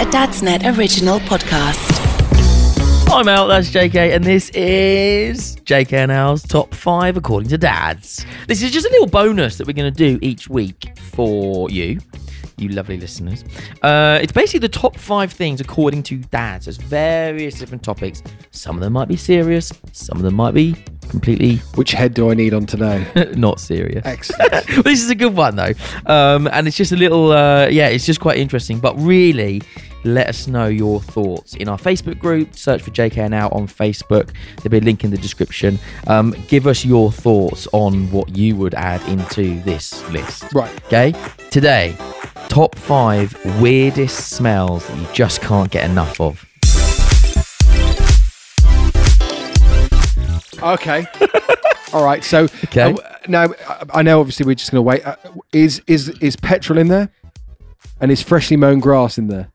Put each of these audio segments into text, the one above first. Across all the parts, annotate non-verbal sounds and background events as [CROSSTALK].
a Dadsnet original podcast. I'm out, that's JK, and this is JK and Al's top five according to dads. This is just a little bonus that we're going to do each week for you, you lovely listeners. Uh, it's basically the top five things according to dads. There's various different topics. Some of them might be serious, some of them might be completely [LAUGHS] Which head do I need on today? not serious. Excellent. [LAUGHS] this is a good one though um, and it's just a little uh, yeah it's just quite interesting but really let us know your thoughts in our facebook group search for jk now on facebook there'll be a link in the description um, give us your thoughts on what you would add into this list Right. okay today top five weirdest smells that you just can't get enough of Okay. All right. So Okay. uh, now I- I know obviously we're just going to wait. Uh, is is is petrol in there? And is freshly mown grass in there?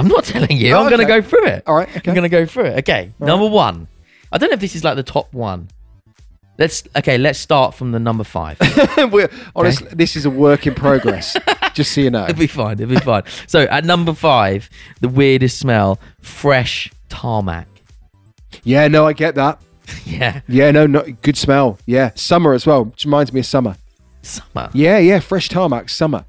I'm not telling you. Oh, I'm going to okay. go through it. All right, I'm okay. going to go through it. Okay. number one. I don't know if this is like the top one. Let's okay. Let's start from the number [LAUGHS] five. we're, honestly, this is a work in progress. just so you know. it'll be fine. It'll be fine. So at number five, the weirdest smell: fresh tarmac. [LAUGHS] Yeah. No, I get that. Yeah, Yeah. No. Not good smell. Yeah. Summer as well. Which reminds me of summer. summer. [LAUGHS] Yeah. Yeah. Fresh tarmac. Summer.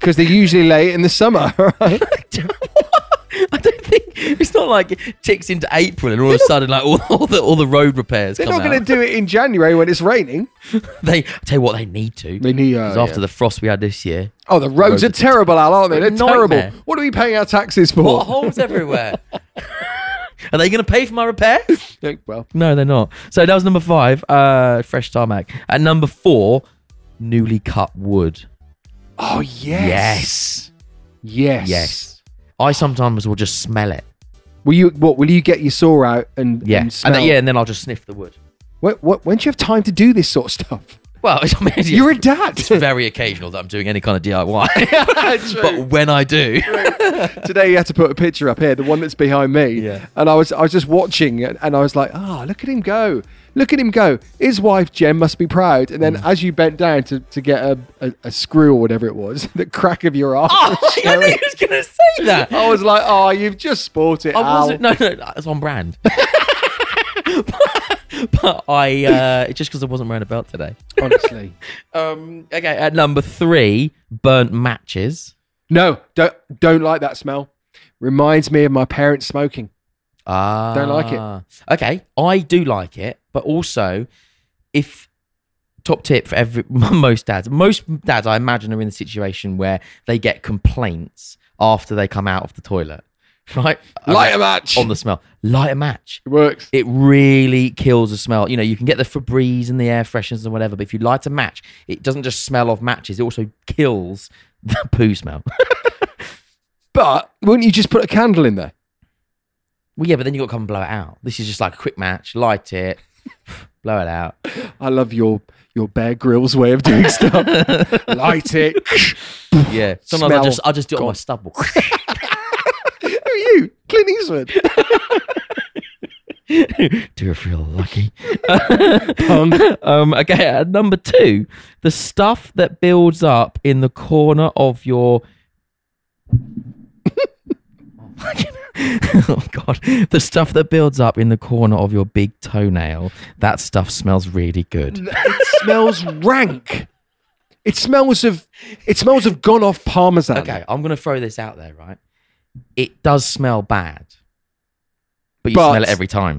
Because they're usually late in the summer. [LAUGHS] Right? [LAUGHS] I don't think it's not like it ticks into April and all of a sudden like all, all the all the road repairs. They're come not going out. to do it in January when it's raining. They I tell you what they need uh, to. They need- oh, 'Cause after yeah. the frost we had this year, Oh, the roads, Roads are, are terrible, Al, aren't they? They're Nightmare. terrible. What are we paying our taxes for? what holes [LAUGHS] everywhere. [LAUGHS] Are they going to pay for my repair? Yeah, well, No, they're not. So that was number five, uh, fresh tarmac. At number four, newly cut wood. Oh yes. Yes. Yes. I sometimes will just smell it. Will you what will you get your saw out and Yeah. and And, smell? then, yeah, and then I'll just sniff the wood. What, what, when do you have time to do this sort of stuff? [LAUGHS] Well, I mean, it's- You're a dad. It's very occasional that I'm doing any kind of [LAUGHS] DIY. but when [LAUGHS] I do, [LAUGHS] Today you had to put a picture up here, the one that's behind me. Yeah. And I was I was just watching it and I was like, ah, look at him go. Look at him go. His wife Jen must be proud. And then Mm. as you bent down to, to get a, a, a screw or whatever it was, [LAUGHS] the crack of your arm. oh, [LAUGHS] I was knew showing. he was going to say that. I was like, oh, you've just sport it. I Al. wasn't. No, no, that's on brand. [LAUGHS] but I, uh, it's just because I wasn't wearing a belt today. Honestly. [LAUGHS] Um, okay, at number three, burnt matches. No, don't don't like that smell. Reminds me of my parents smoking. Ah, like it. Okay, I do like it, but also, if top tip for every [LAUGHS] most dads, most dads I imagine are in the situation where they get complaints after they come out of the toilet, [LAUGHS] right? Light a Okay, match. on the smell. Light a match. It works. It really kills the smell. You know, you can get the Febreze and the air fresheners and whatever, but if you light a match, it doesn't just smell of matches; it also kills [LAUGHS] the poo smell. [LAUGHS] But wouldn't you just put a candle in there? Well, yeah, but then you got to come and blow it out. This is just like a quick match, light it, [LAUGHS] blow it out. I love your your Bear Grylls way of doing [LAUGHS] stuff. Light it. Yeah, sometimes I Smell. just I just do it on my [LAUGHS] stubble. Who are you? Clint Eastwood. do you feel lucky? Punk. [LAUGHS] um, okay, uh, number two, the stuff that builds up in the corner of your. [LAUGHS] oh God! The stuff that builds up in the corner of your big [LAUGHS] toenail—that stuff smells really good. It smells rank. It smells of it smells of gone off parmesan. Okay, I'm gonna throw this out there, right? It does smell bad, but you But- smell it every time.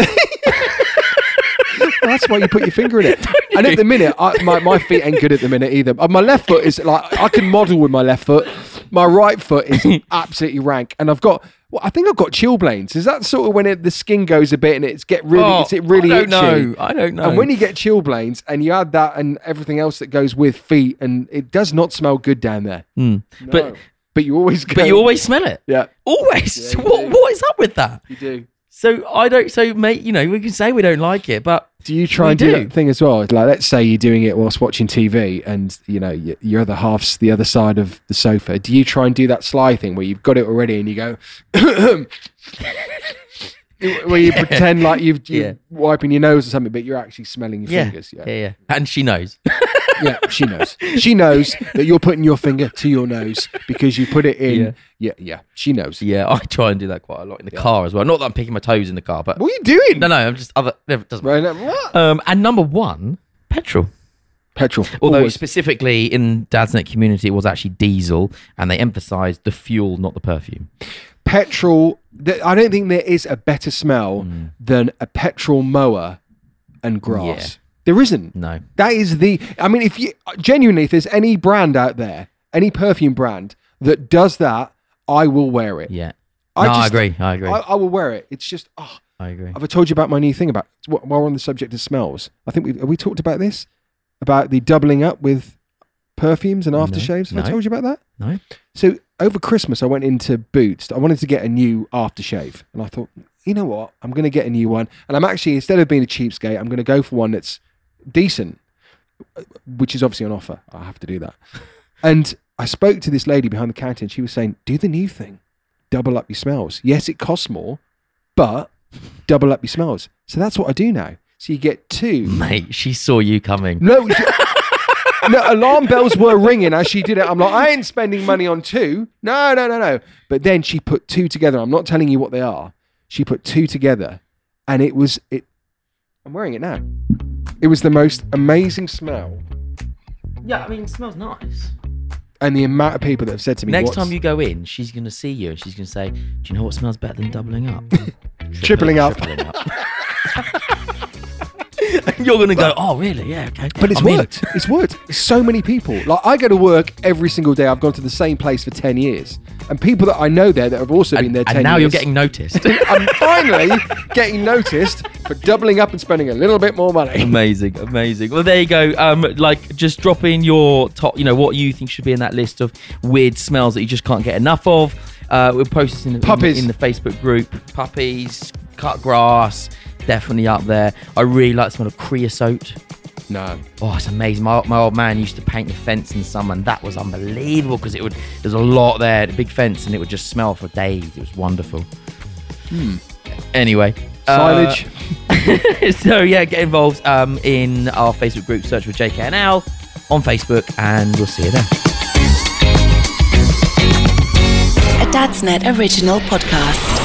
That's why you put your finger [LAUGHS] in it. And at the minute, I, my, my feet ain't good at the minute either. Uh, My left foot is like, I can model with my left foot. My right [LAUGHS] foot is absolutely rank. And I've got, well, I think I've got chillblains. Is that sort of when it, the skin goes a bit and it's get [LAUGHS] really, Oh, it's it really I don't itchy? know. I don't know. And when you get chillblains and you add that and everything else that goes with feet, and it does not smell good down there. Hmm. but But you always go. but you always smell it. Yeah. Always. Yeah, [LAUGHS] you what do. what is up with that? You do. So I don't. So mate, you know we can say we don't like it, but Do you try We and do, do. that thing as well? Like, let's say you're doing it whilst watching TV, and you know y- your other half's the other side of the sofa. Do you try and do that sly thing where you've got it already and you go, [COUGHS] where you pretend like you've you're Yeah. wiping your nose or something, but you're actually smelling your yeah, fingers? yeah, yeah. And she knows. [LAUGHS] yeah, she knows. She knows that you're putting your finger to your nose because you put it in. Yeah. Yeah, yeah, she knows. yeah, I try and do that quite a lot in the car as well. Not that I'm picking my toes in the car, but What are you doing? no, no, I'm just other. It doesn't. Right now, what? Um, and number one, petrol. Petrol. Although Always. specifically in Dad's Net community, it was actually diesel, and they emphasised the fuel, not the perfume. petrol th- i don't think there is a better smell Hmm. than a petrol mower and grass there isn't No. that is the i mean if you genuinely if there's any brand out there any perfume brand that does that i will wear it Yeah. I no, I just- agree. I agree. I, I, I will wear it it's just oh agree. have i told you about my new thing about while we're on the subject of smells i think we have we talked about this about the doubling up with perfumes and aftershaves have no. i told you about that No. so over Christmas, I went into Boots. I wanted to get a new aftershave, and I thought, you know what, I'm going to get a new one. And I'm actually instead of being a cheapskate, I'm going to go for one that's decent, uh, which is obviously on offer. I have to do that. and I spoke to this lady behind the counter, and she was saying, "Do the new thing, double up your smells. Yes, it costs more, but double up your smells." So that's what I do now. So you get two. Mate, she saw you coming. No, no, alarm bells were ringing as she did it. I'm like, I ain't spending money on two. No, no, no, no. But then she put two together. I'm not telling you what they are. She put two together, and it was it. I'm wearing it now. It was the most amazing smell, Yeah, I mean, it smells nice. and the amount of people that have said to me, Next "What's- time you go in, she's going to see you and she's going to say, Do you know what smells better than doubling up? Tripling up. Tripling up. And [LAUGHS] You're going to go, Oh, really? Yeah, okay. But it's I'm in." worked. It's worked. So many people. Like I go to work every single day. I've gone to the same place for ten years, and people that I know there that have also been And, there. and 10 now you're years- getting noticed. I'm finally getting noticed for doubling up and spending a little bit more [LAUGHS] money. amazing, amazing. Well, there you go. Um, like just drop in your top, you know, what you think should be in that list of weird smells that you just can't get enough of. Uh, we'll post this in, in the- Puppies. in the Facebook group. Puppies, cut grass, definitely up there. I really like the smell of creosote. No. Oh, it's amazing. My, my old man used to paint the fence in summer, and that was unbelievable because it would. There's a lot there, the big fence, and it would just smell for days. It was wonderful. Anyway, uh, [LAUGHS] Silage. so yeah, get involved um, in our Facebook group. Search for JKNL on Facebook, and we'll see you there. A Dad's Net original podcast.